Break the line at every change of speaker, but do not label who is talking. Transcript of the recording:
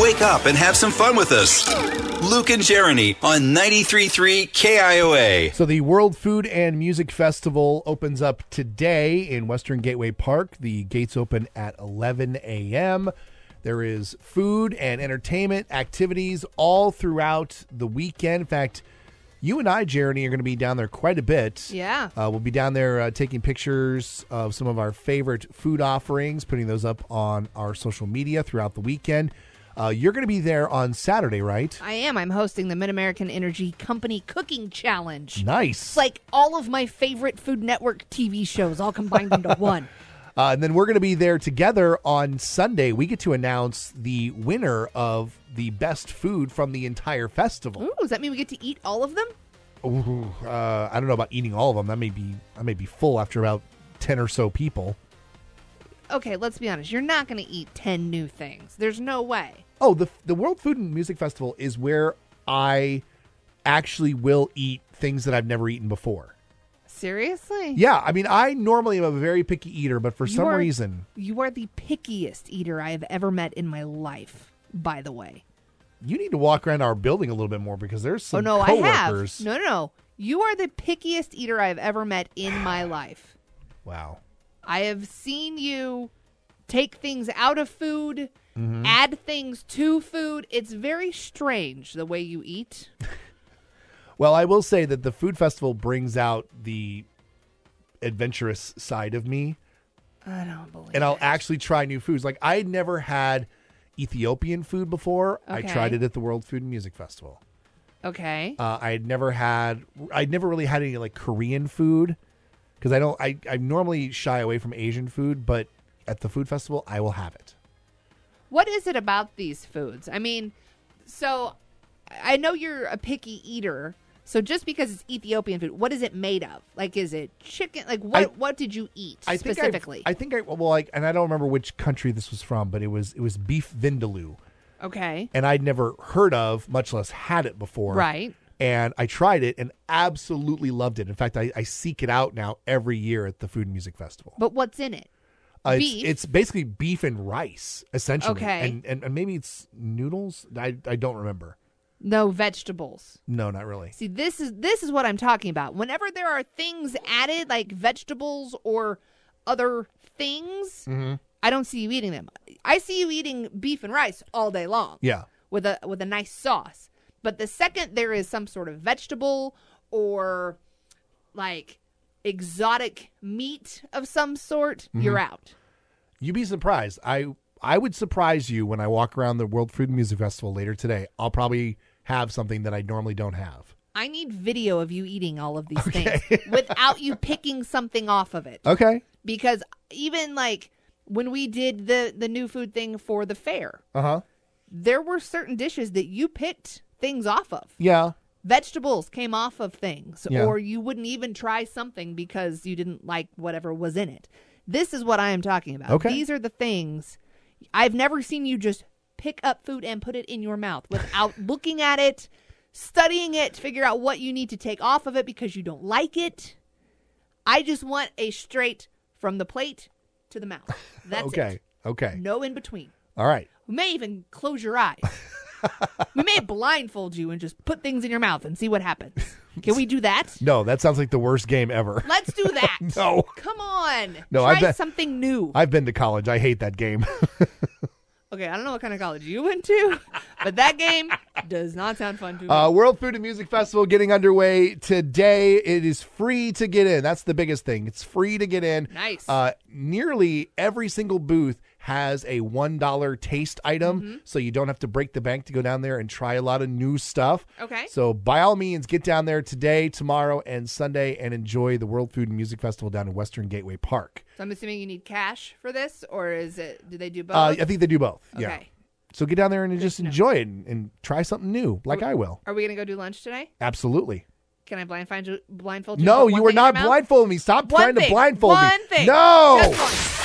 Wake up and have some fun with us. Luke and Jeremy on 93.3 KIOA.
So the World Food and Music Festival opens up today in Western Gateway Park. The gates open at 11 a.m. There is food and entertainment activities all throughout the weekend. In fact, you and I, Jeremy, are going to be down there quite a bit.
Yeah.
Uh, we'll be down there uh, taking pictures of some of our favorite food offerings, putting those up on our social media throughout the weekend. Uh, you're going to be there on Saturday, right?
I am. I'm hosting the Mid American Energy Company Cooking Challenge.
Nice.
It's like all of my favorite Food Network TV shows all combined into one.
Uh, and then we're going to be there together on Sunday. We get to announce the winner of the best food from the entire festival.
Ooh, does that mean we get to eat all of them?
Ooh, uh, I don't know about eating all of them. That may be I may be full after about ten or so people.
Okay, let's be honest. You're not going to eat 10 new things. There's no way.
Oh, the the World Food and Music Festival is where I actually will eat things that I've never eaten before.
Seriously?
Yeah, I mean, I normally am a very picky eater, but for
You
some
are-
reason,
You are the pickiest eater I have ever met in my life, by the way.
you need to walk around our building a little bit more because there's some
oh, no, I have.
coworkers.
No, no, no. You are the pickiest eater I've ever met in my life.
Wow.
I have seen you take things out of food,
Mm-hmm.
add things to food. It's very strange the way you eat.
Well, I will say that the food festival brings out the adventurous side of me,
I don't believe.
and I'll actually try new foods. Like I had never had Ethiopian food before. I
Okay.
tried it at the World Food and Music Festival.
okay.
Uh, I had never had. I'd never really had any like Korean food because I don't. I I normally shy away from Asian food, but at the food festival, I will have it.
What is it about these foods? I mean, so I know you're a picky eater. So just because it's Ethiopian food, what is it made of? Like, is it chicken? Like, what
I-
what did you eat
I think I've-
specifically?
I think I well, like, and I don't remember which country this was from, but it was it was beef vindaloo,
okay,
and I'd never heard of, much less had it before.
right.
and I tried it and absolutely loved it. In fact, I, I seek it out now every year at the Food and Music Festival.
But what's in it?
Uh, it's-
beef?
It's, basically beef and rice, essentially.
Okay.
And, and, and maybe it's noodles. I, I don't remember.
No vegetables.
No, not really.
See, this is this is what I'm talking about. Whenever there are things added, like vegetables or other things, I don't see you eating them. I see you eating beef and rice all day long.
Yeah.
with a with a nice sauce. But the second there is some sort of vegetable or like exotic meat of some sort, you're out.
You'd be surprised. I I would surprise you when I walk around the World Food and Music Festival later today. I'll probably have something that I normally don't have.
I need video of you eating all of these things without you picking something off of it.
Okay.
because even like when we did the the new food thing for the fair
Uh huh.
there were certain dishes that you picked things off of
Yeah.
vegetables came off of things
Yeah.
or you wouldn't even try something because you didn't like whatever was in it this is what i am talking about
Okay.
these are the things i've never seen you just pick up food and put it in your mouth without looking at it studying it figure out what you need to take off of it because you don't like it I just want a straight from the plate to the mouth. That's
okay. Okay.
it. No in between.
All right.
We may even close your eyes. we may blindfold you and just put things in your mouth and see what happens. Can we do that?
No, that sounds like the worst game ever.
Let's do that.
No.
Come on.
No,
Try
I bet-
something new.
I've been to college. I hate that game.
okay, I don't know what kind of college you went to, but that game does not sound fun to me.
Uh, World Food and Music Festival getting underway today. It is free to get in. That's the biggest thing. It's free to get in.
Nice.
Uh, nearly every single booth has a $1 taste item,
Mm-hmm.
so you don't have to break the bank to go down there and try a lot of new stuff.
Okay.
So, by all means, get down there today, tomorrow, and Sunday and enjoy the World Food and Music Festival down in Western Gateway Park.
so I'm assuming you need cash for this, or is it? Do they do both?
Uh, I think they do both. Yeah.
Okay.
So, get down there and just enjoy it and, and try something new, like I will.
Are we gonna go do lunch today?
Absolutely.
Can I blindfold you? Blindfold you?
No,
with one
you were
thing in your
not
mouth?
blindfolding me. Stop
One
trying to
thing.
blindfold me.
One thing.
No.
Just one.